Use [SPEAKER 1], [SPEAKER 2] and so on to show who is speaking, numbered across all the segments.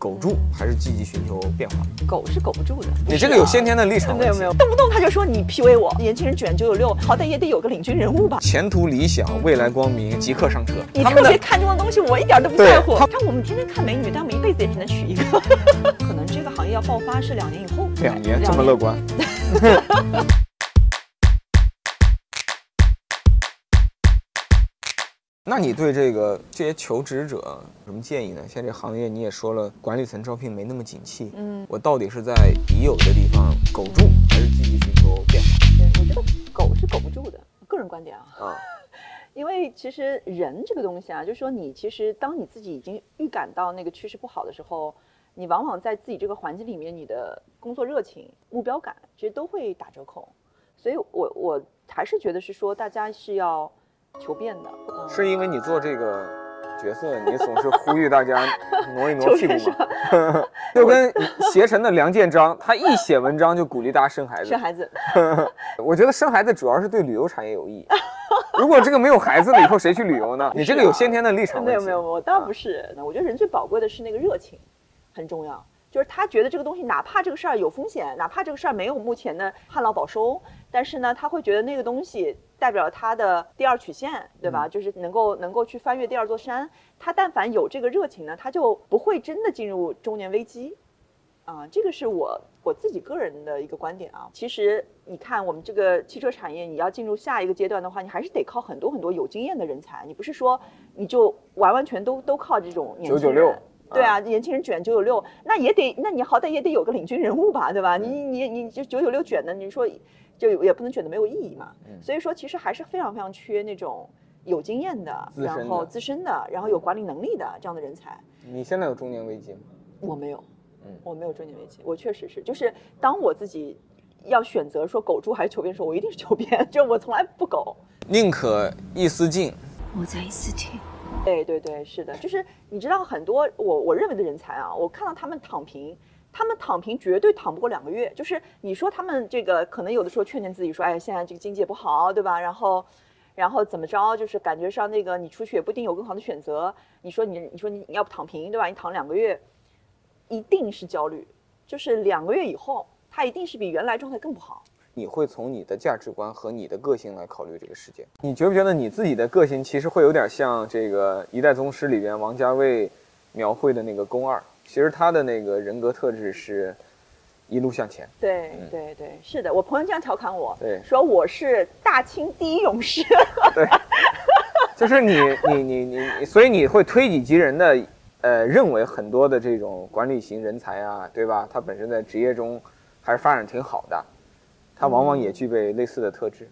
[SPEAKER 1] 苟住，还是积极寻求变化？
[SPEAKER 2] 苟是苟不住的。
[SPEAKER 1] 你这个有先天的立场
[SPEAKER 2] 啊没
[SPEAKER 1] 问
[SPEAKER 2] 有
[SPEAKER 1] 题
[SPEAKER 2] 没有，动不动他就说你 PUA 我，年轻人卷九九六，好歹也得有个领军人物吧。
[SPEAKER 1] 前途理想，未来光明，即刻上车。
[SPEAKER 2] 你
[SPEAKER 1] 他
[SPEAKER 2] 特
[SPEAKER 1] 们的
[SPEAKER 2] 别看重的东西，我一点都不
[SPEAKER 1] 对
[SPEAKER 2] 在乎
[SPEAKER 1] 他。
[SPEAKER 2] 像我们天天看美女，但我们一辈子也只能娶一个。 可能这个行业要爆发是两年以后。
[SPEAKER 1] 两年这么乐观， 那你对这个这些求职者有什么建议呢？现在这行业你也说了，管理层招聘没那么景气。
[SPEAKER 2] 嗯，
[SPEAKER 1] 我到底是在已有的地方苟住，还是积极寻求变
[SPEAKER 2] 对，我觉得苟是苟不住的，个人观点啊。
[SPEAKER 1] 化？啊，
[SPEAKER 2] 因为其实人这个东西啊，就是说你其实当你自己已经预感到那个趋势不好的时候，你往往在自己这个环境里面，你的工作热情、目标感其实都会打折扣。所以我我还是觉得是说大家是要求变的，嗯、
[SPEAKER 1] 是因为你做这个角色，你总是呼吁大家挪一挪屁股
[SPEAKER 2] 就是
[SPEAKER 1] 吗？ 就跟携程的梁建章，他一写文章就鼓励大家生孩子
[SPEAKER 2] 生。孩子。
[SPEAKER 1] 我觉得生孩子主要是对旅游产业有益。如果这个没有孩子了，以后谁去旅游呢？你这个有先天的立场
[SPEAKER 2] 没
[SPEAKER 1] 问
[SPEAKER 2] 有
[SPEAKER 1] 题。啊
[SPEAKER 2] 没有，我倒不是。那我觉得人最宝贵的是那个热情，很重要。就是他觉得这个东西，哪怕这个事儿有风险，哪怕这个事儿没有目前的旱涝保收，但是呢，他会觉得那个东西代表他的第二曲线，对吧？就是能够能够去翻越第二座山。他但凡有这个热情呢，他就不会真的进入中年危机。啊，这个是我我自己个人的一个观点啊。其实你看，我们这个汽车产业，你要进入下一个阶段的话，你还是得靠很多很多有经验的人才。你不是说你就完完全都都靠这种年轻人。
[SPEAKER 1] 996
[SPEAKER 2] 对啊，年轻人卷九九六，那也得，那你好歹也得有个领军人物吧，对吧？你你你就九九六卷的，你说就也不能卷的没有意义嘛。
[SPEAKER 1] 嗯
[SPEAKER 2] 所以说，其实还是非常非常缺那种有经验的，
[SPEAKER 1] 资深
[SPEAKER 2] 然后
[SPEAKER 1] 的
[SPEAKER 2] 资深的，然后有管理能力的这样的人才。
[SPEAKER 1] 你现在有中年危机吗？
[SPEAKER 2] 我没有，
[SPEAKER 1] 嗯
[SPEAKER 2] 我没有中年危机，我确实是，就是当我自己要选择说苟住还是求变的时候，我一定是求变， 就我从来不苟。
[SPEAKER 1] 宁可一丝进，
[SPEAKER 3] 我在一次听。
[SPEAKER 2] 对对对，是的，就是你知道很多我我认为的人才啊，我看到他们躺平，他们躺平绝对躺不过两个月。就是你说他们这个可能有的时候劝劝自己说，哎，现在这个经济也不好，对吧？然后。然后怎么着，就是感觉上那个你出去也不一定有更好的选择。你说你，你说你要不躺平，对吧？你躺两个月，一定是焦虑，就是两个月以后，他一定是比原来状态更不好。
[SPEAKER 1] 你会从你的价值观和你的个性来考虑这个世界。你觉不觉得你自己的个性其实会有点像这个《一代宗师》里边王家卫描绘的那个宫二？其实他的那个人格特质是一路向前。
[SPEAKER 2] 对
[SPEAKER 1] 嗯
[SPEAKER 2] 对对，是的，我朋友这样调侃我，
[SPEAKER 1] 对
[SPEAKER 2] 说我是大清第一勇士。
[SPEAKER 1] 对，就是你你你你你，所以你会推己及人的，呃，认为很多的这种管理型人才啊，对吧？他本身在职业中还是发展挺好的，他往往也具备类似的特质。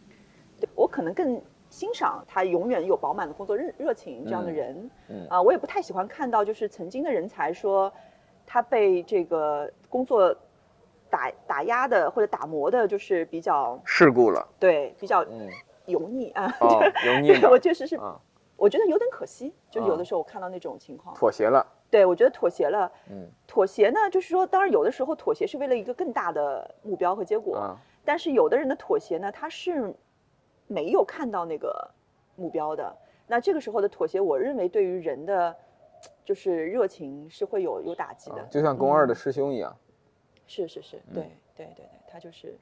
[SPEAKER 2] 对我可能更欣赏他永远有饱满的工作热热情这样的人。
[SPEAKER 1] 嗯嗯
[SPEAKER 2] 啊，我也不太喜欢看到就是曾经的人才说他被这个工作打打压的或者打磨的，就是比较
[SPEAKER 1] 事故了，
[SPEAKER 2] 对比较
[SPEAKER 1] 嗯，
[SPEAKER 2] 油腻啊。
[SPEAKER 1] 哦，油腻
[SPEAKER 2] 我
[SPEAKER 1] 的
[SPEAKER 2] 确实是，
[SPEAKER 1] 啊，
[SPEAKER 2] 我觉得有点可惜，就
[SPEAKER 1] 啊
[SPEAKER 2] 有的时候我看到那种情况，
[SPEAKER 1] 妥协了，
[SPEAKER 2] 对我觉得妥协了。
[SPEAKER 1] 嗯
[SPEAKER 2] 妥协呢，就是说，当然有的时候妥协是为了一个更大的目标和结果，
[SPEAKER 1] 啊，
[SPEAKER 2] 但是有的人的妥协呢，他是没有看到那个目标的。那这个时候的妥协，我认为对于人的就是热情是会有有打击的。
[SPEAKER 1] 啊就像宫二的师兄一样。
[SPEAKER 2] 是是是，
[SPEAKER 1] 嗯
[SPEAKER 2] 对对对对，他就是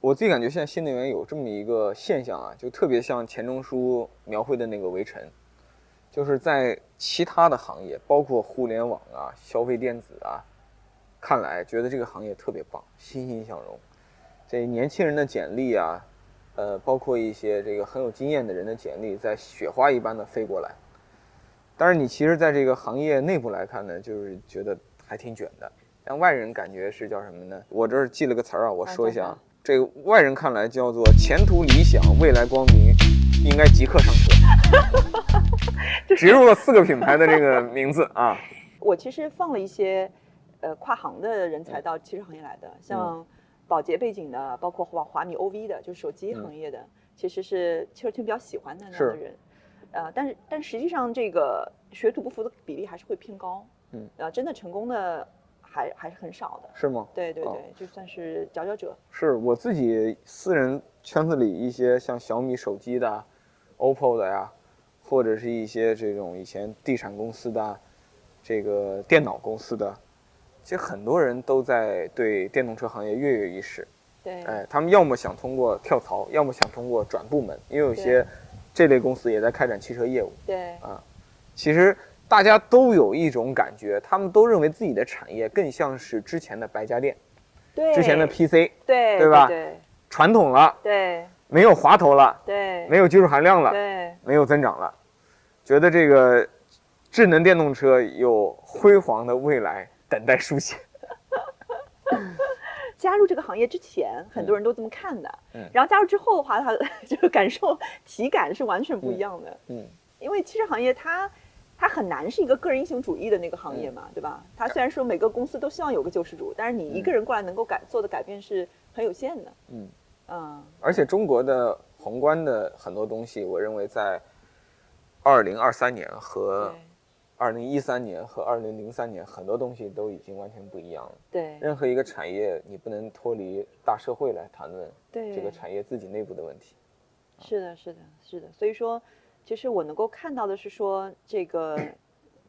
[SPEAKER 1] 我自己感觉现在新能源有这么一个现象啊，就特别像钱钟书描绘的那个《围城》，就是在其他的行业，包括互联网啊、消费电子啊，看来觉得这个行业特别棒，欣欣向荣。这年轻人的简历啊，呃，包括一些这个很有经验的人的简历，在雪花一般的飞过来。但是你其实在这个行业内部来看呢，就是觉得还挺卷的。但外人感觉是叫什么呢？我这儿记了个词儿啊，我说一下
[SPEAKER 2] 啊
[SPEAKER 1] 啊，这个外人看来叫做前途理想，未来光明，应该即刻上车。植入了四个品牌的这个名字啊，
[SPEAKER 2] 我其实放了一些呃跨行的人
[SPEAKER 1] 嗯
[SPEAKER 2] 才到汽车行业来的，像保洁背景的，包括华华米 OV 的，就是手机行业的，其实是汽车圈比较喜欢的那样的
[SPEAKER 1] 嗯是
[SPEAKER 2] 人。呃，但是但实际上这个学徒不服的比例还是会偏高，
[SPEAKER 1] 嗯，
[SPEAKER 2] 呃，真的成功的还还是很少的。
[SPEAKER 1] 是吗？
[SPEAKER 2] 对对
[SPEAKER 1] 哦
[SPEAKER 2] 对，就算是佼佼者。
[SPEAKER 1] 是我自己私人圈子里一些像小米手机的啊、OPPO 的呀，或者是一些这种以前地产公司的啊、这个电脑公司的，其实很多人都在对电动车行业跃跃欲试，
[SPEAKER 2] 对，
[SPEAKER 1] 哎，他们要么想通过跳槽，要么想通过转部门，也有一些
[SPEAKER 2] 对
[SPEAKER 1] 这类公司也在开展汽车业务。
[SPEAKER 2] 对，
[SPEAKER 1] 其实大家都有一种感觉，他们都认为自己的产业更像是之前的白家电、
[SPEAKER 2] 对，
[SPEAKER 1] 之前的 PC，
[SPEAKER 2] 对，
[SPEAKER 1] 对吧
[SPEAKER 2] 对，
[SPEAKER 1] 传统了，
[SPEAKER 2] 对，
[SPEAKER 1] 没有滑头了，
[SPEAKER 2] 对，
[SPEAKER 1] 没有技术含量了，
[SPEAKER 2] 对，
[SPEAKER 1] 没有增长了，觉得这个智能电动车有辉煌的未来等待书写。
[SPEAKER 2] 加入这个行业之前，很多人都这么看的，
[SPEAKER 1] 嗯
[SPEAKER 2] 然后加入之后的话，他 就是感受体感是完全不一样的，
[SPEAKER 1] 嗯，
[SPEAKER 2] 因为汽车行业它。它很难是一个个人英雄主义的那个行
[SPEAKER 1] 嗯
[SPEAKER 2] 业嘛，对吧？它虽然说每个公司都希望有个救世主，但是你一个人过来能够改做的改变是很有限的。
[SPEAKER 1] 嗯
[SPEAKER 2] 嗯，
[SPEAKER 1] 而且中国的宏观的很多东西，我认为在二零二三年和二零一三年和二零零三年，很多东西都已经完全不一样了。
[SPEAKER 2] 对对
[SPEAKER 1] 任何一个产业，你不能脱离大社会来谈论
[SPEAKER 2] 对，
[SPEAKER 1] 这个产业自己内部的问题。
[SPEAKER 2] 是的，是的，是的。所以说，其实我能够看到的是说，这个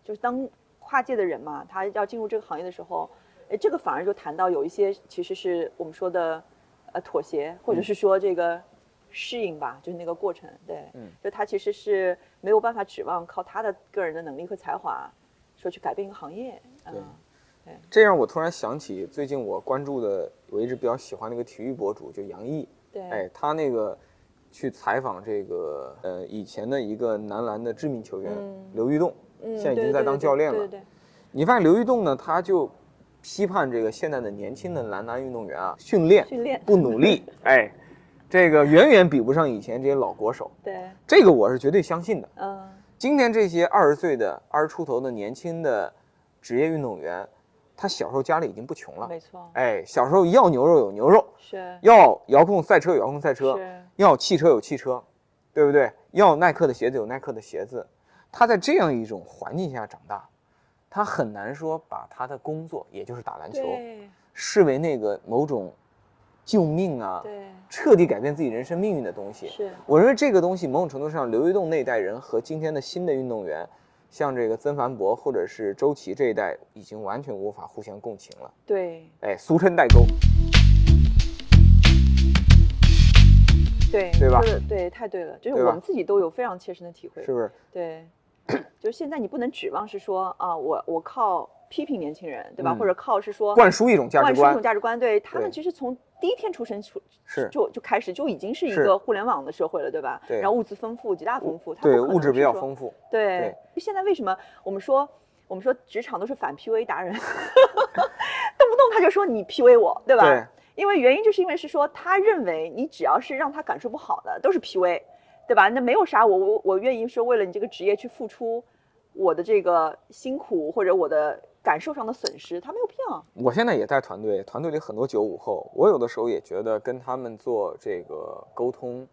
[SPEAKER 2] 就是当跨界的人嘛，他要进入这个行业的时候，哎，这个反而就谈到有一些其实是我们说的呃妥协，或
[SPEAKER 1] 嗯
[SPEAKER 2] 者是说这个适应吧，就是那个过程。对，
[SPEAKER 1] 嗯，
[SPEAKER 2] 就他其实是没有办法指望靠他的个人的能力和才华说去改变一个行业。嗯、
[SPEAKER 1] 对这让我突然想起最近我关注的，我一直比较喜欢的一个体育博主，就杨毅。
[SPEAKER 2] 对，
[SPEAKER 1] 哎，他那个去采访这个呃以前的一个男篮的致命球员、
[SPEAKER 2] 嗯
[SPEAKER 1] 刘玉栋，
[SPEAKER 2] 嗯，
[SPEAKER 1] 现在已
[SPEAKER 2] 对
[SPEAKER 1] 经
[SPEAKER 2] 对
[SPEAKER 1] 在
[SPEAKER 2] 对
[SPEAKER 1] 当
[SPEAKER 2] 对
[SPEAKER 1] 教练
[SPEAKER 2] 对
[SPEAKER 1] 了。
[SPEAKER 2] 对对，
[SPEAKER 1] 你发现刘玉栋呢，他就批判这个现在的年轻的男篮运动员啊，训练
[SPEAKER 2] 训练
[SPEAKER 1] 不努 力，哎，这个远远比不上以前这些老国手。
[SPEAKER 2] 对，
[SPEAKER 1] 这个我是绝对相信的。
[SPEAKER 2] 嗯，
[SPEAKER 1] 今天这些二十岁的、二十出头的年轻的职业运动员，他小时候家里已经不穷了，
[SPEAKER 2] 没错，
[SPEAKER 1] 哎，小时候要牛肉有牛肉，
[SPEAKER 2] 是
[SPEAKER 1] 要遥控赛车有遥控赛车，
[SPEAKER 2] 是，
[SPEAKER 1] 要汽车有汽车，对不对？要耐克的鞋子有耐克的鞋子。他在这样一种环境下长大，他很难说把他的工作，也就是打篮球，
[SPEAKER 2] 对
[SPEAKER 1] 视为那个某种救命啊，
[SPEAKER 2] 对。
[SPEAKER 1] 彻底改变自己人生命运的东西。
[SPEAKER 2] 是
[SPEAKER 1] 我认为这个东西某种程度上，刘玉栋那一代人和今天的新的运动员，像这个曾凡博或者是周琦这一代，已经完全无法互相共情了。
[SPEAKER 2] 对
[SPEAKER 1] 哎，俗称代沟。
[SPEAKER 2] 对
[SPEAKER 1] 对吧
[SPEAKER 2] 说得对，太对了，就是
[SPEAKER 1] 对吧
[SPEAKER 2] 我们自己都有非常切身的体会。
[SPEAKER 1] 是不是？
[SPEAKER 2] 对，就是现在你不能指望是说啊，我我靠批评年轻人，对吧？
[SPEAKER 1] 嗯
[SPEAKER 2] 或者靠是说
[SPEAKER 1] 灌输一种价值
[SPEAKER 2] 哦灌输一
[SPEAKER 1] 观
[SPEAKER 2] 种，价值观，对他们
[SPEAKER 1] 对
[SPEAKER 2] 其实从第一天出生出
[SPEAKER 1] 是
[SPEAKER 2] 就就开始就已经是一
[SPEAKER 1] 是
[SPEAKER 2] 个互联网的社会了，对吧？
[SPEAKER 1] 对
[SPEAKER 2] 然后物资丰富，极大丰富，他
[SPEAKER 1] 对
[SPEAKER 2] 不可
[SPEAKER 1] 物
[SPEAKER 2] 能
[SPEAKER 1] 质比
[SPEAKER 2] 是
[SPEAKER 1] 较
[SPEAKER 2] 说
[SPEAKER 1] 丰富。
[SPEAKER 2] 对，现在为什么我们说我们说职场都是反 PUA 达人， 动不动他就说你 PUA 我，对吧？
[SPEAKER 1] 对
[SPEAKER 2] 因为原因就是因为是说他认为你只要是让他感受不好的都是 PUA，对吧？那没有啥我我我愿意说为了你这个职业去付出我的这个辛苦或者我的感受上的损失，他没有必要。
[SPEAKER 1] 我现在也带团队，团队里很多九五后，我有的时候也觉得跟他们做这个沟通，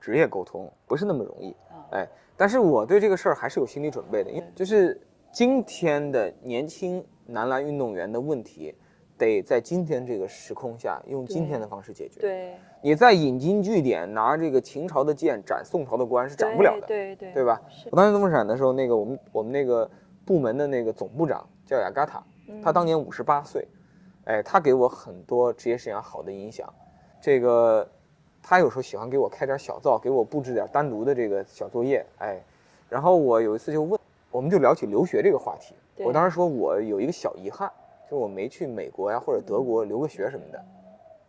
[SPEAKER 1] 职业沟通不是那么容易。
[SPEAKER 2] 啊，
[SPEAKER 1] 哎，但是我对这个事儿还是有心理准备的，因为
[SPEAKER 2] 对
[SPEAKER 1] 就是今天的年轻男篮运动员的问题，得在今天这个时空下用今天的方式解决。，
[SPEAKER 2] 对，
[SPEAKER 1] 你在引经据典拿这个秦朝的剑斩宋朝的官是斩不了的。
[SPEAKER 2] 对对
[SPEAKER 1] 对吧？
[SPEAKER 2] 是
[SPEAKER 1] 我当年动漫展的时候，那个我们我们那个部门的那个总部长叫雅嘎塔，
[SPEAKER 2] 嗯
[SPEAKER 1] 他当年五十八岁，哎，他给我很多职业生涯好的影响。这个他有时候喜欢给我开点小灶，给我布置点单独的这个小作业，哎。然后我有一次就问，我们就聊起留学这个话题。
[SPEAKER 2] 对
[SPEAKER 1] 我当时说我有一个小遗憾，就是我没去美国呀或者德国
[SPEAKER 2] 嗯
[SPEAKER 1] 留个学什么的，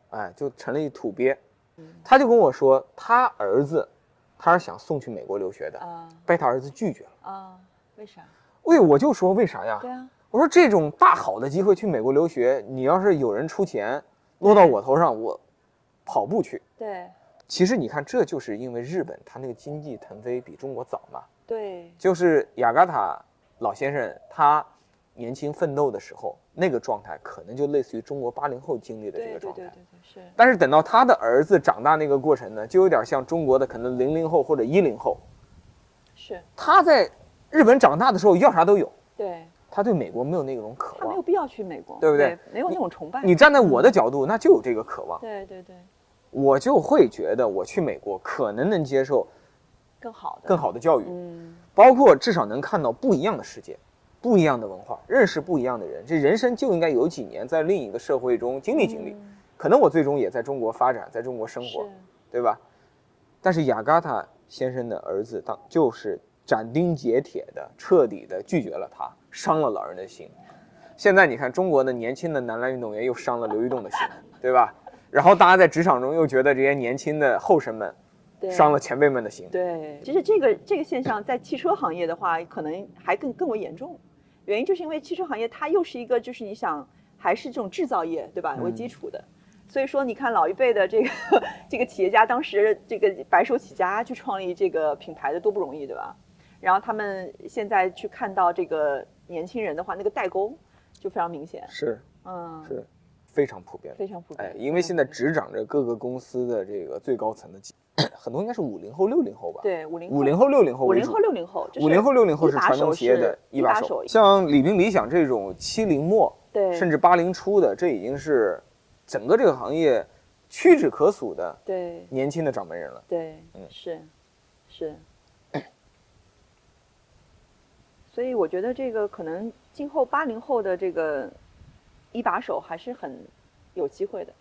[SPEAKER 1] 哎，就成了一土鳖。
[SPEAKER 2] 嗯
[SPEAKER 1] 他就跟我说，他儿子，他是想送去美国留学的，
[SPEAKER 2] 啊
[SPEAKER 1] 被他儿子拒绝了。
[SPEAKER 2] 啊，为啥？
[SPEAKER 1] 喂，我就说为啥呀？
[SPEAKER 2] 对啊，
[SPEAKER 1] 我说这种大好的机会去美国留学，你要是有人出钱落
[SPEAKER 2] 嗯
[SPEAKER 1] 到我头上，我跑不去。
[SPEAKER 2] 对
[SPEAKER 1] 其实你看，这就是因为日本它那个经济腾飞比中国早嘛，
[SPEAKER 2] 对
[SPEAKER 1] 就是雅嘎塔老先生他年轻奋斗的时候那个状态，可能就类似于中国八零后经历的这
[SPEAKER 2] 对对
[SPEAKER 1] 个
[SPEAKER 2] 对
[SPEAKER 1] 状态。
[SPEAKER 2] 对对，是
[SPEAKER 1] 但是等到他的儿子长大那个过程呢，就有点像中国的可能零零后或者一零后，
[SPEAKER 2] 是，
[SPEAKER 1] 他在日本长大的时候要啥都有，
[SPEAKER 2] 对。
[SPEAKER 1] 他对美国没有那种渴
[SPEAKER 2] 他没
[SPEAKER 1] 望
[SPEAKER 2] 有。必要去美国，
[SPEAKER 1] 对不对
[SPEAKER 2] 对？没有那种崇拜。
[SPEAKER 1] 你站在我的角度，那就有这个渴望，
[SPEAKER 2] 对对对，
[SPEAKER 1] 我就会觉得我去美国可能能接受
[SPEAKER 2] 更好的，
[SPEAKER 1] 更好的教育，
[SPEAKER 2] 嗯，
[SPEAKER 1] 包括至少能看到不一样的世界。不一样的文化，认识不一样的人，这人生就应该有几年在另一个社会中经历经历。
[SPEAKER 2] 嗯
[SPEAKER 1] 可能我最终也在中国发展，在中国生活
[SPEAKER 2] 是，
[SPEAKER 1] 对吧？但是雅嘎塔先生的儿子当就是斩钉截铁的、彻底的拒绝了他，伤了老人的心。现在你看，中国的年轻的男篮运动员又伤了刘玉栋的心，对吧？然后大家在职场中又觉得这些年轻的后生们
[SPEAKER 2] 对
[SPEAKER 1] 伤了前辈们的心，
[SPEAKER 2] 对，其实这个这个现象在汽车行业的话，可能还更更为严重。原因就是因为汽车行业它又是一个就是你想还是这种制造业对吧为
[SPEAKER 1] 嗯
[SPEAKER 2] 基础的，所以说你看老一辈的这个 这个企业家当时这个白手起家去创立这个品牌的多不容易对吧？然后他们现在去看到这个年轻人的话，那个代沟就非常明显，
[SPEAKER 1] 是
[SPEAKER 2] 嗯，
[SPEAKER 1] 是非常普遍的。
[SPEAKER 2] 非常普遍。
[SPEAKER 1] 哎，因为现在
[SPEAKER 2] 嗯
[SPEAKER 1] 执掌着各个公司的这个最高层的，很多应该是五零后、六零后吧？，
[SPEAKER 2] 对五零
[SPEAKER 1] 五零后、六零后
[SPEAKER 2] 五
[SPEAKER 1] 为
[SPEAKER 2] 零
[SPEAKER 1] 主
[SPEAKER 2] 后。六零后就是
[SPEAKER 1] 五零后、六零后
[SPEAKER 2] 一
[SPEAKER 1] 是
[SPEAKER 2] 把
[SPEAKER 1] 传统
[SPEAKER 2] 手
[SPEAKER 1] 企业
[SPEAKER 2] 是
[SPEAKER 1] 的
[SPEAKER 2] 一
[SPEAKER 1] 把
[SPEAKER 2] 把
[SPEAKER 1] 手，
[SPEAKER 2] 手
[SPEAKER 1] 像李斌、理想这种七零末，
[SPEAKER 2] 对
[SPEAKER 1] 甚至八零初的，这已经是整个这个行业屈指可数的
[SPEAKER 2] 对
[SPEAKER 1] 年轻的掌门人了。
[SPEAKER 2] 对，
[SPEAKER 1] 嗯
[SPEAKER 2] 是是。所以我觉得这个可能今后八零后的这个一把手还是很有机会的。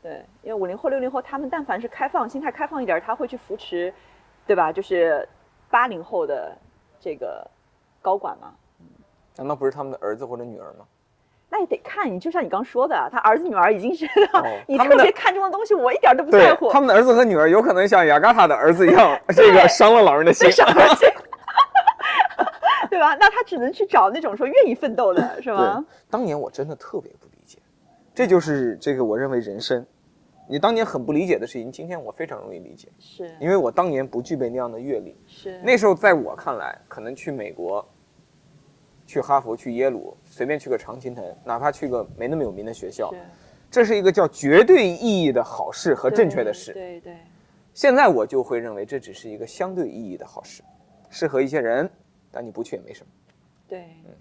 [SPEAKER 2] 对，因为五零后、六零后，他们但凡是开放心态开放一点儿，他会去扶持，对吧？就是八零后的这个高管嘛，
[SPEAKER 1] 难道不是他们的儿子或者女儿吗？
[SPEAKER 2] 那也得看你，就像你刚说的，啊他儿子女儿已经是、 你
[SPEAKER 1] 哦他们
[SPEAKER 2] 特
[SPEAKER 1] 的
[SPEAKER 2] 别看重的东西，我一点儿都不在
[SPEAKER 1] 对
[SPEAKER 2] 乎。
[SPEAKER 1] 他们的儿子和女儿有可能像雅嘎塔的儿子一样， 这个伤了老人的心
[SPEAKER 2] 对。上而且 对吧？那他只能去找那种说愿意奋斗的，是吗
[SPEAKER 1] 对？，当年我真的特别不理解，这就是这个我认为人生，你当年很不理解的事情，今天我非常容易理解，
[SPEAKER 2] 是
[SPEAKER 1] 因为我当年不具备那样的阅历。
[SPEAKER 2] 是
[SPEAKER 1] 那时候在我看来，可能去美国、去哈佛、去耶鲁，随便去个常青藤，哪怕去个没那么有名的学校，
[SPEAKER 2] 是
[SPEAKER 1] 这是一个叫绝对意义的好事和正确的事。
[SPEAKER 2] 对对
[SPEAKER 1] 现在我就会认为这只是一个相对意义的好事，适合一些人，但你不去也没什么。
[SPEAKER 2] 对。
[SPEAKER 1] 嗯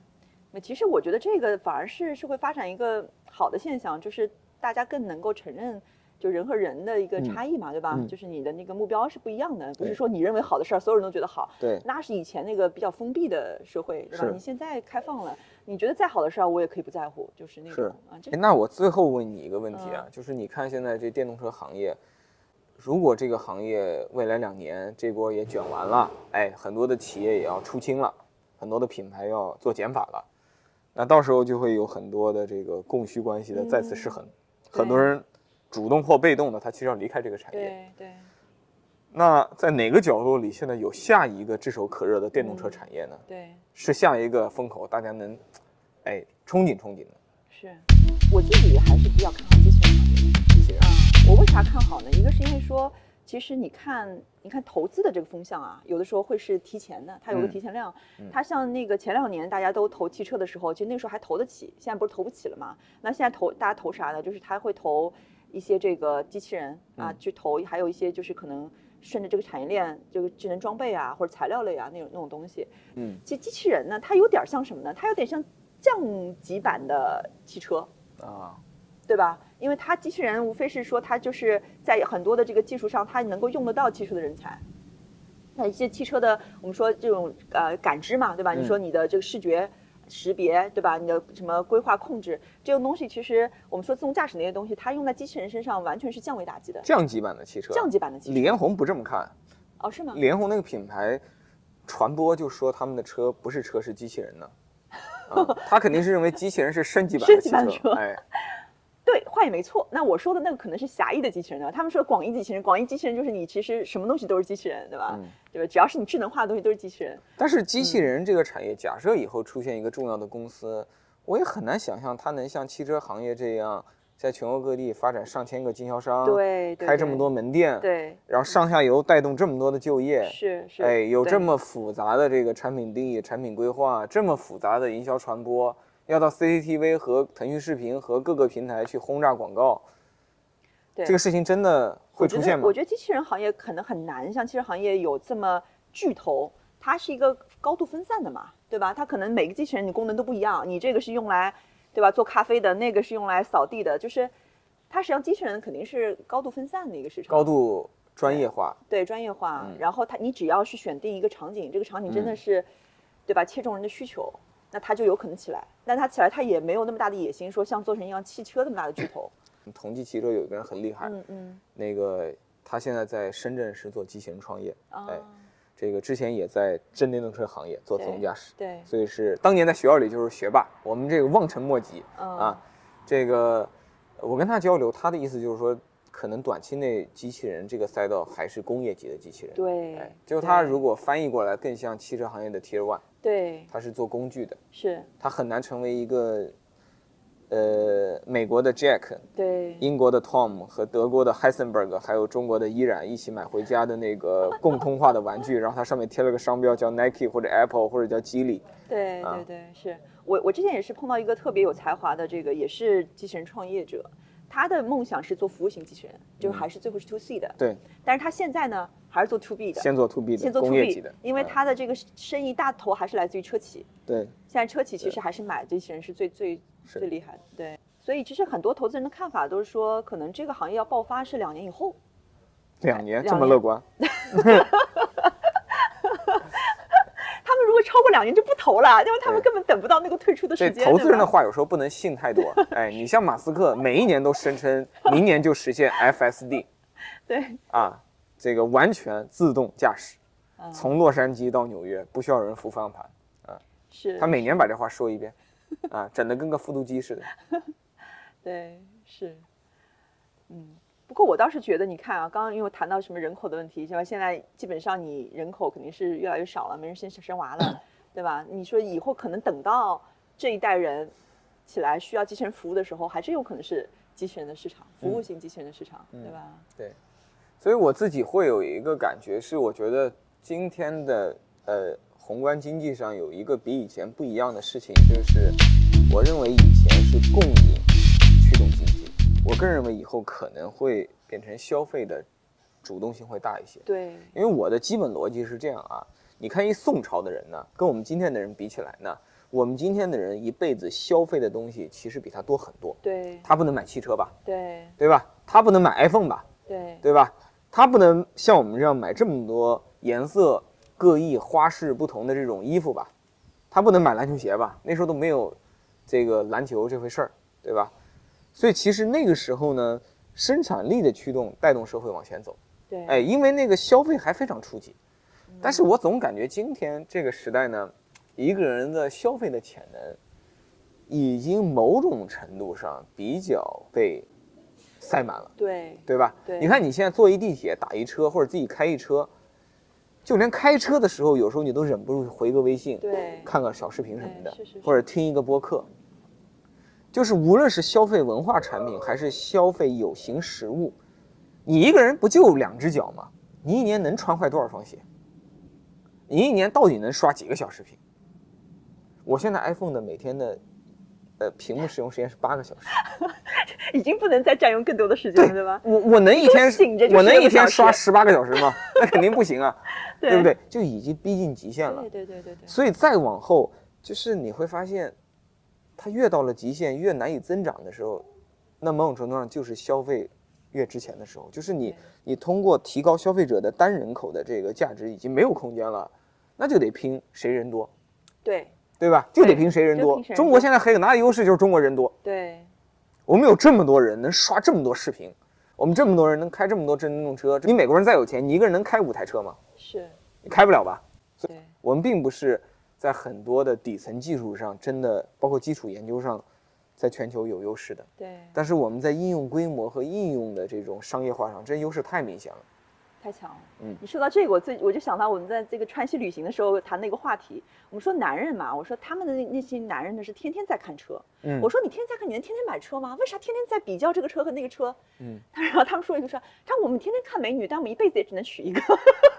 [SPEAKER 2] 那其实我觉得这个反而是是会发展一个好的现象，就是大家更能够承认。就人和人的一个差异嘛，对吧？
[SPEAKER 1] 嗯
[SPEAKER 2] 就是你的那个目标是不一样的，不
[SPEAKER 1] 对
[SPEAKER 2] 是说你认为好的事儿，所有人都觉得好。
[SPEAKER 1] 对
[SPEAKER 2] 那是以前那个比较封闭的社会，对吧？
[SPEAKER 1] 是
[SPEAKER 2] 你现在开放了，你觉得再好的事儿，我也可以不在乎，就是那
[SPEAKER 1] 是
[SPEAKER 2] 种啊，这嗯
[SPEAKER 1] 哎那我最后问你一个问题啊，就是你看现在这电动车行业，如果这个行业未来两年这波也卷完了，哎，很多的企业也要出清了，很多的品牌要做减法了，那到时候就会有很多的这个供需关系的再次失衡，很多
[SPEAKER 2] 嗯对
[SPEAKER 1] 人主动或被动的，他其实要离开这个产业。
[SPEAKER 2] 对对。
[SPEAKER 1] 那在哪个角落里，现在有下一个炙手可热的电动车
[SPEAKER 2] 嗯
[SPEAKER 1] 产业呢？
[SPEAKER 2] 对
[SPEAKER 1] 是下一个风口，大家能，哎，憧憬憧憬的
[SPEAKER 2] 是，我自己还是比较看好机器人行业。
[SPEAKER 1] 一些人。
[SPEAKER 2] 嗯，我为啥看好呢？一个是因为说，其实你看，你看投资的这个风向啊，有的时候会是提前的，它有个
[SPEAKER 1] 嗯
[SPEAKER 2] 提前量。
[SPEAKER 1] 嗯
[SPEAKER 2] 它像那个前两年大家都投汽车的时候，其实那个时候还投得起，现在不是投不起了嘛？那现在投大家投啥呢？就是它会投一些这个机器人啊，
[SPEAKER 1] 嗯
[SPEAKER 2] 去投，还有一些就是可能顺着这个产业链，这个智能装备啊，或者材料类啊那种那种东西。
[SPEAKER 1] 嗯
[SPEAKER 2] 其实机器人呢，它有点像什么呢？它有点像降级版的汽车，
[SPEAKER 1] 啊，
[SPEAKER 2] 对吧？因为它机器人无非是说它就是在很多的这个技术上，它能够用得到技术的人才。那一些汽车的，我们说这种呃感知嘛，对吧？
[SPEAKER 1] 嗯
[SPEAKER 2] 你说你的这个视觉识别，对吧？你的什么规划控制这种东西，其实我们说自动驾驶那些东西，它用在机器人身上完全是降维打击的，
[SPEAKER 1] 降级版的汽车。啊
[SPEAKER 2] 降级版的汽
[SPEAKER 1] 李
[SPEAKER 2] 车。
[SPEAKER 1] 彦宏不这么看，
[SPEAKER 2] 哦，是吗？
[SPEAKER 1] 李彦宏那个品牌传播就说他们的车不是车是机器人呢，啊，他肯定是认为机器人是升级版的
[SPEAKER 2] 升级版的
[SPEAKER 1] 汽车，
[SPEAKER 2] 车
[SPEAKER 1] 哎，
[SPEAKER 2] 对，话也没错。那我说的那个可能是狭义的机器人对吧？他们说广义机器人，广义机器人就是你其实什么东西都是机器人，对吧？
[SPEAKER 1] 嗯
[SPEAKER 2] 对吧？只要是你智能化的东西都是机器人。
[SPEAKER 1] 但是机
[SPEAKER 2] 嗯
[SPEAKER 1] 器人这个产业，假设以后出现一个重要的公司，我也很难想象它能像汽车行业这样，在全国各地发展上千个经销商，
[SPEAKER 2] 对对
[SPEAKER 1] 啊开这么多门店，，
[SPEAKER 2] 对，
[SPEAKER 1] 然后上下游带动这么多的就业，
[SPEAKER 2] 是是。
[SPEAKER 1] 哎，有
[SPEAKER 2] 对
[SPEAKER 1] 这么复杂的这个产品定义、产品规划，这么复杂的营销传播，要到 CCTV 和腾讯视频和各个平台去轰炸广告，
[SPEAKER 2] 对
[SPEAKER 1] 这个事情真的会
[SPEAKER 2] 我觉
[SPEAKER 1] 出
[SPEAKER 2] 得
[SPEAKER 1] 现吗
[SPEAKER 2] 我？觉得机器人行业可能很难，像汽车行业有这么巨头，它是一个高度分散的嘛，对吧？它可能每个机器人你功能都不一样，你这个是用来，对吧？做咖啡的，那个是用来扫地的，就是它实际上机器人肯定是高度分散的一个市场。
[SPEAKER 1] 高度专业化，
[SPEAKER 2] 对专业化，
[SPEAKER 1] 嗯
[SPEAKER 2] 然后它你只要是选定一个场景，这个场景真的是，对吧？切中人的需求，那他就有可能起来。但他起来，他也没有那么大的野心，说像做成一辆汽车那么大的巨 头。
[SPEAKER 1] 同济汽车有一个人很厉害，
[SPEAKER 2] 嗯嗯
[SPEAKER 1] 那个他现在在深圳是做机器人创业，
[SPEAKER 2] 啊，
[SPEAKER 1] 哎这个之前也在真电动车行业做自动
[SPEAKER 2] 对
[SPEAKER 1] 驾驶，
[SPEAKER 2] 对，
[SPEAKER 1] 所以是当年在学校里就是学霸，我们这个望尘莫及
[SPEAKER 2] 嗯
[SPEAKER 1] 啊。这个我跟他交流，他的意思就是说，可能短期内机器人这个赛道还是工业级的机器人，
[SPEAKER 2] 对
[SPEAKER 1] 哎，，就它
[SPEAKER 2] 对
[SPEAKER 1] 如果翻译过来，更像汽车行业的 Tier One，
[SPEAKER 2] 对
[SPEAKER 1] 它是做工具的，
[SPEAKER 2] 是，
[SPEAKER 1] 它很难成为一个，呃，美国的 Jack、
[SPEAKER 2] 对
[SPEAKER 1] 英国的 Tom 和德国的 Heisenberg，还有中国的依然一起买回家的那个共通化的玩具，然后它上面贴了个商标叫 Nike 或者 Apple 或者叫吉利，
[SPEAKER 2] 对
[SPEAKER 1] 啊
[SPEAKER 2] 对对，是我我之前也是碰到一个特别有才华的，这个也是机器人创业者，他的梦想是做服务型机器人，
[SPEAKER 1] 嗯
[SPEAKER 2] 就是还是最后是 to C 的，
[SPEAKER 1] 对，
[SPEAKER 2] 但是他现在呢还是做 to B 的，
[SPEAKER 1] 先做 To B 的
[SPEAKER 2] 先做
[SPEAKER 1] 工
[SPEAKER 2] to
[SPEAKER 1] 业级
[SPEAKER 2] B，
[SPEAKER 1] 的，
[SPEAKER 2] 因为
[SPEAKER 1] 嗯
[SPEAKER 2] 他的这个生意大头还是来自于车企，
[SPEAKER 1] 对
[SPEAKER 2] 现在车企其实还是买这些人是最最
[SPEAKER 1] 是
[SPEAKER 2] 最厉害的，对。所以其实很多投资人的看法都是说，可能这个行业要爆发是两年以后。
[SPEAKER 1] 两年这
[SPEAKER 2] 两
[SPEAKER 1] 么
[SPEAKER 2] 年
[SPEAKER 1] 乐观，
[SPEAKER 2] 他们如果超过两年就不投了，因为他们
[SPEAKER 1] 对
[SPEAKER 2] 根本等不到那个退出的
[SPEAKER 1] 这
[SPEAKER 2] 时间。
[SPEAKER 1] 投资人的
[SPEAKER 2] 对吧
[SPEAKER 1] 话有时候不能信太 多。哎，你像马斯克，每一年都声称明年就实现 FSD
[SPEAKER 2] 对，
[SPEAKER 1] 啊，这个完全自动驾驶，
[SPEAKER 2] 嗯
[SPEAKER 1] 从洛杉矶到纽约不需要有人扶方向盘。
[SPEAKER 2] 是
[SPEAKER 1] 他每年把这话说一遍，啊，整的跟个复读机似的。
[SPEAKER 2] 对，是，嗯。不过我倒是觉得，你看啊，刚刚因为谈到什么人口的问题，是吧？现在基本上你人口肯定是越来越少了，没人生生娃了，对吧？你说以后可能等到这一代人起来需要机器人服务的时候，还是有可能是机器人的市场，服务型机器人的市场，对吧？
[SPEAKER 1] 对，所以我自己会有一个感觉是，我觉得今天的呃宏观经济上有一个比以前不一样的事情，就是我认为以前是供应驱动经济，我更认为以后可能会变成消费的主动性会大一些。
[SPEAKER 2] 对，
[SPEAKER 1] 因为我的基本逻辑是这样啊，你看一宋朝的人呢，跟我们今天的人比起来呢，我们今天的人一辈子消费的东西其实比他多很多。
[SPEAKER 2] 对，
[SPEAKER 1] 他不能买汽车吧，
[SPEAKER 2] 对，
[SPEAKER 1] 对吧？他不能买 iPhone 吧，
[SPEAKER 2] 对，
[SPEAKER 1] 对吧？他不能像我们这样买这么多颜色各异、花式不同的这种衣服吧？他不能买篮球鞋吧？那时候都没有这个篮球这回事儿，对吧？所以其实那个时候呢，生产力的驱动带动社会往前走。
[SPEAKER 2] 对，
[SPEAKER 1] 哎，，因为那个消费还非常初级，但是我总感觉今天这个时代呢，一个人的消费的潜能，已经某种程度上比较被塞满了，
[SPEAKER 2] 对，
[SPEAKER 1] 对吧？
[SPEAKER 2] 对
[SPEAKER 1] 你看你现在坐一地铁、打一车或者自己开一车，就连开车的时候，有时候你都忍不住回个微信，
[SPEAKER 2] 对，
[SPEAKER 1] 看个小视频什么的，
[SPEAKER 2] 哎是是是
[SPEAKER 1] 或者听一个播客。就是无论是消费文化产品，还是消费有形实物，你一个人不就两只脚吗？你一年能穿坏多少双鞋？你一年到底能刷几个小视频？我现在 iPhone 的每天的，呃，屏幕使用时间是八个小时。
[SPEAKER 2] 已经不能再占用更多的时间了，对吧？
[SPEAKER 1] 我我能一天
[SPEAKER 2] 醒着就
[SPEAKER 1] 我能
[SPEAKER 2] 睡
[SPEAKER 1] 一
[SPEAKER 2] 个
[SPEAKER 1] 天
[SPEAKER 2] 小
[SPEAKER 1] 刷
[SPEAKER 2] 时
[SPEAKER 1] 十八个小时 吗？那肯定不行啊，对不？对？就已经逼近极限了
[SPEAKER 2] 对。对对对对，
[SPEAKER 1] 所以再往后，就是你会发现，它越到了极限，越难以增长的时候，那某种程度上就是消费越值钱的时候，就是你
[SPEAKER 2] 对
[SPEAKER 1] 你通过提高消费者的单人口的这个价值已经没有空间了，那就得拼谁人多，
[SPEAKER 2] 对
[SPEAKER 1] 对吧？就得
[SPEAKER 2] 对
[SPEAKER 1] 平谁人
[SPEAKER 2] 就
[SPEAKER 1] 多
[SPEAKER 2] 拼谁。人
[SPEAKER 1] 中国
[SPEAKER 2] 多
[SPEAKER 1] 现在还有哪里优势就是中国人多，
[SPEAKER 2] 对
[SPEAKER 1] 我们有这么多人能刷这么多视频，我们这么多人能开这么多电动车，你美国人再有钱，你一个人能开五台车吗？
[SPEAKER 2] 是，
[SPEAKER 1] 你开不了吧？
[SPEAKER 2] 对
[SPEAKER 1] 我们并不是在很多的底层技术上，真的包括基础研究上，在全球有优势的。
[SPEAKER 2] 对，
[SPEAKER 1] 但是我们在应用规模和应用的这种商业化上，真优势太明显了。
[SPEAKER 2] 太强了。
[SPEAKER 1] 嗯
[SPEAKER 2] 你说到这个，我最我就想到我们在这个川西旅行的时候谈那个话题，我们说男人嘛，我说他们的那那些男人呢是天天在看车，
[SPEAKER 1] 嗯
[SPEAKER 2] 我说你天天在看，你能天天买车吗？为啥天天在比较这个车和那个车？
[SPEAKER 1] 嗯，
[SPEAKER 2] 然后他们说一个说，他说我们天天看美女，但我们一辈子也只能娶一个，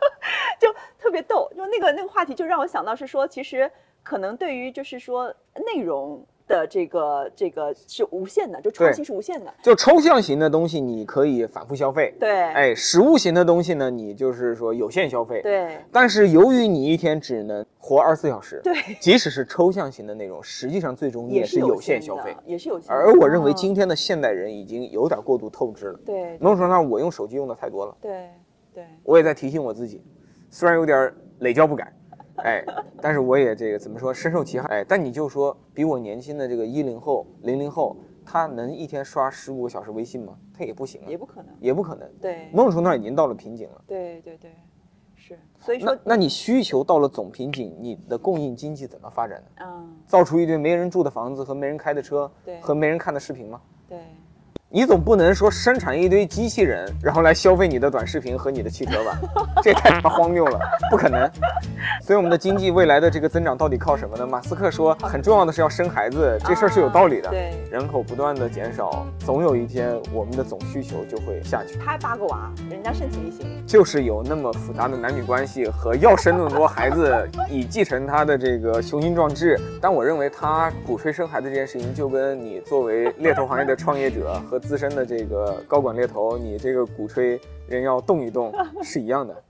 [SPEAKER 2] 就特别逗。就那个那个话题，就让我想到是说，其实可能对于就是说内容的这个这个是无限的，就创
[SPEAKER 1] 对
[SPEAKER 2] 新是无限的，
[SPEAKER 1] 就抽象型的东西，你可以反复消费。
[SPEAKER 2] 对，
[SPEAKER 1] 哎，实物型的东西呢，你就是说有限消费。。
[SPEAKER 2] 对
[SPEAKER 1] 但是由于你一天只能活二十四小时，
[SPEAKER 2] 对，
[SPEAKER 1] 即使是抽象型的内容，实际上最终你
[SPEAKER 2] 也
[SPEAKER 1] 是有限
[SPEAKER 2] 限
[SPEAKER 1] 消
[SPEAKER 2] 的
[SPEAKER 1] 费。，
[SPEAKER 2] 也是有限的。
[SPEAKER 1] 而我认为嗯
[SPEAKER 2] 嗯
[SPEAKER 1] 今天的现代人已经有点过度透支了。
[SPEAKER 2] 对
[SPEAKER 1] 某种程度上，我用手机用的太多了。
[SPEAKER 2] 对对
[SPEAKER 1] 我也在提醒我自己，虽然有点儿累教不改，哎，但是我也这个怎么说深受其害。哎，但你就说比我年轻的这个一零后、零零后，他能一天刷十五个小时微信吗？他也不行啊
[SPEAKER 2] 也，不可能。
[SPEAKER 1] 也不可能。
[SPEAKER 2] 对
[SPEAKER 1] 某种程度上已经到了瓶颈了。
[SPEAKER 2] 对对对，是。所以说
[SPEAKER 1] 那，那你需求到了总瓶颈，你的供应经济怎么发展呢？
[SPEAKER 2] 嗯，
[SPEAKER 1] 造出一堆没人住的房子和没人开的车
[SPEAKER 2] 对
[SPEAKER 1] 和没人看的视频吗？
[SPEAKER 2] 对
[SPEAKER 1] 你总不能说生产一堆机器人，然后来消费你的短视频和你的汽车吧？ 这也太他妈荒谬了，不可能。所以我们的经济未来的这个增长到底靠什么呢？马斯克说，很重要的是要生孩子，这事儿是有道理的。
[SPEAKER 2] 啊对。
[SPEAKER 1] 人口不断的减少，总有一天我们的总需求就会下去。
[SPEAKER 2] 他八个娃，人家盛气力行。
[SPEAKER 1] 就是有那么复杂的男女关系和要生那么多孩子，以继承他的这个雄心壮志。但我认为他鼓吹生孩子这件事情，就跟你作为猎头行业的创业者和资深的这个高管猎头，你这个鼓吹人要动一动是一样的。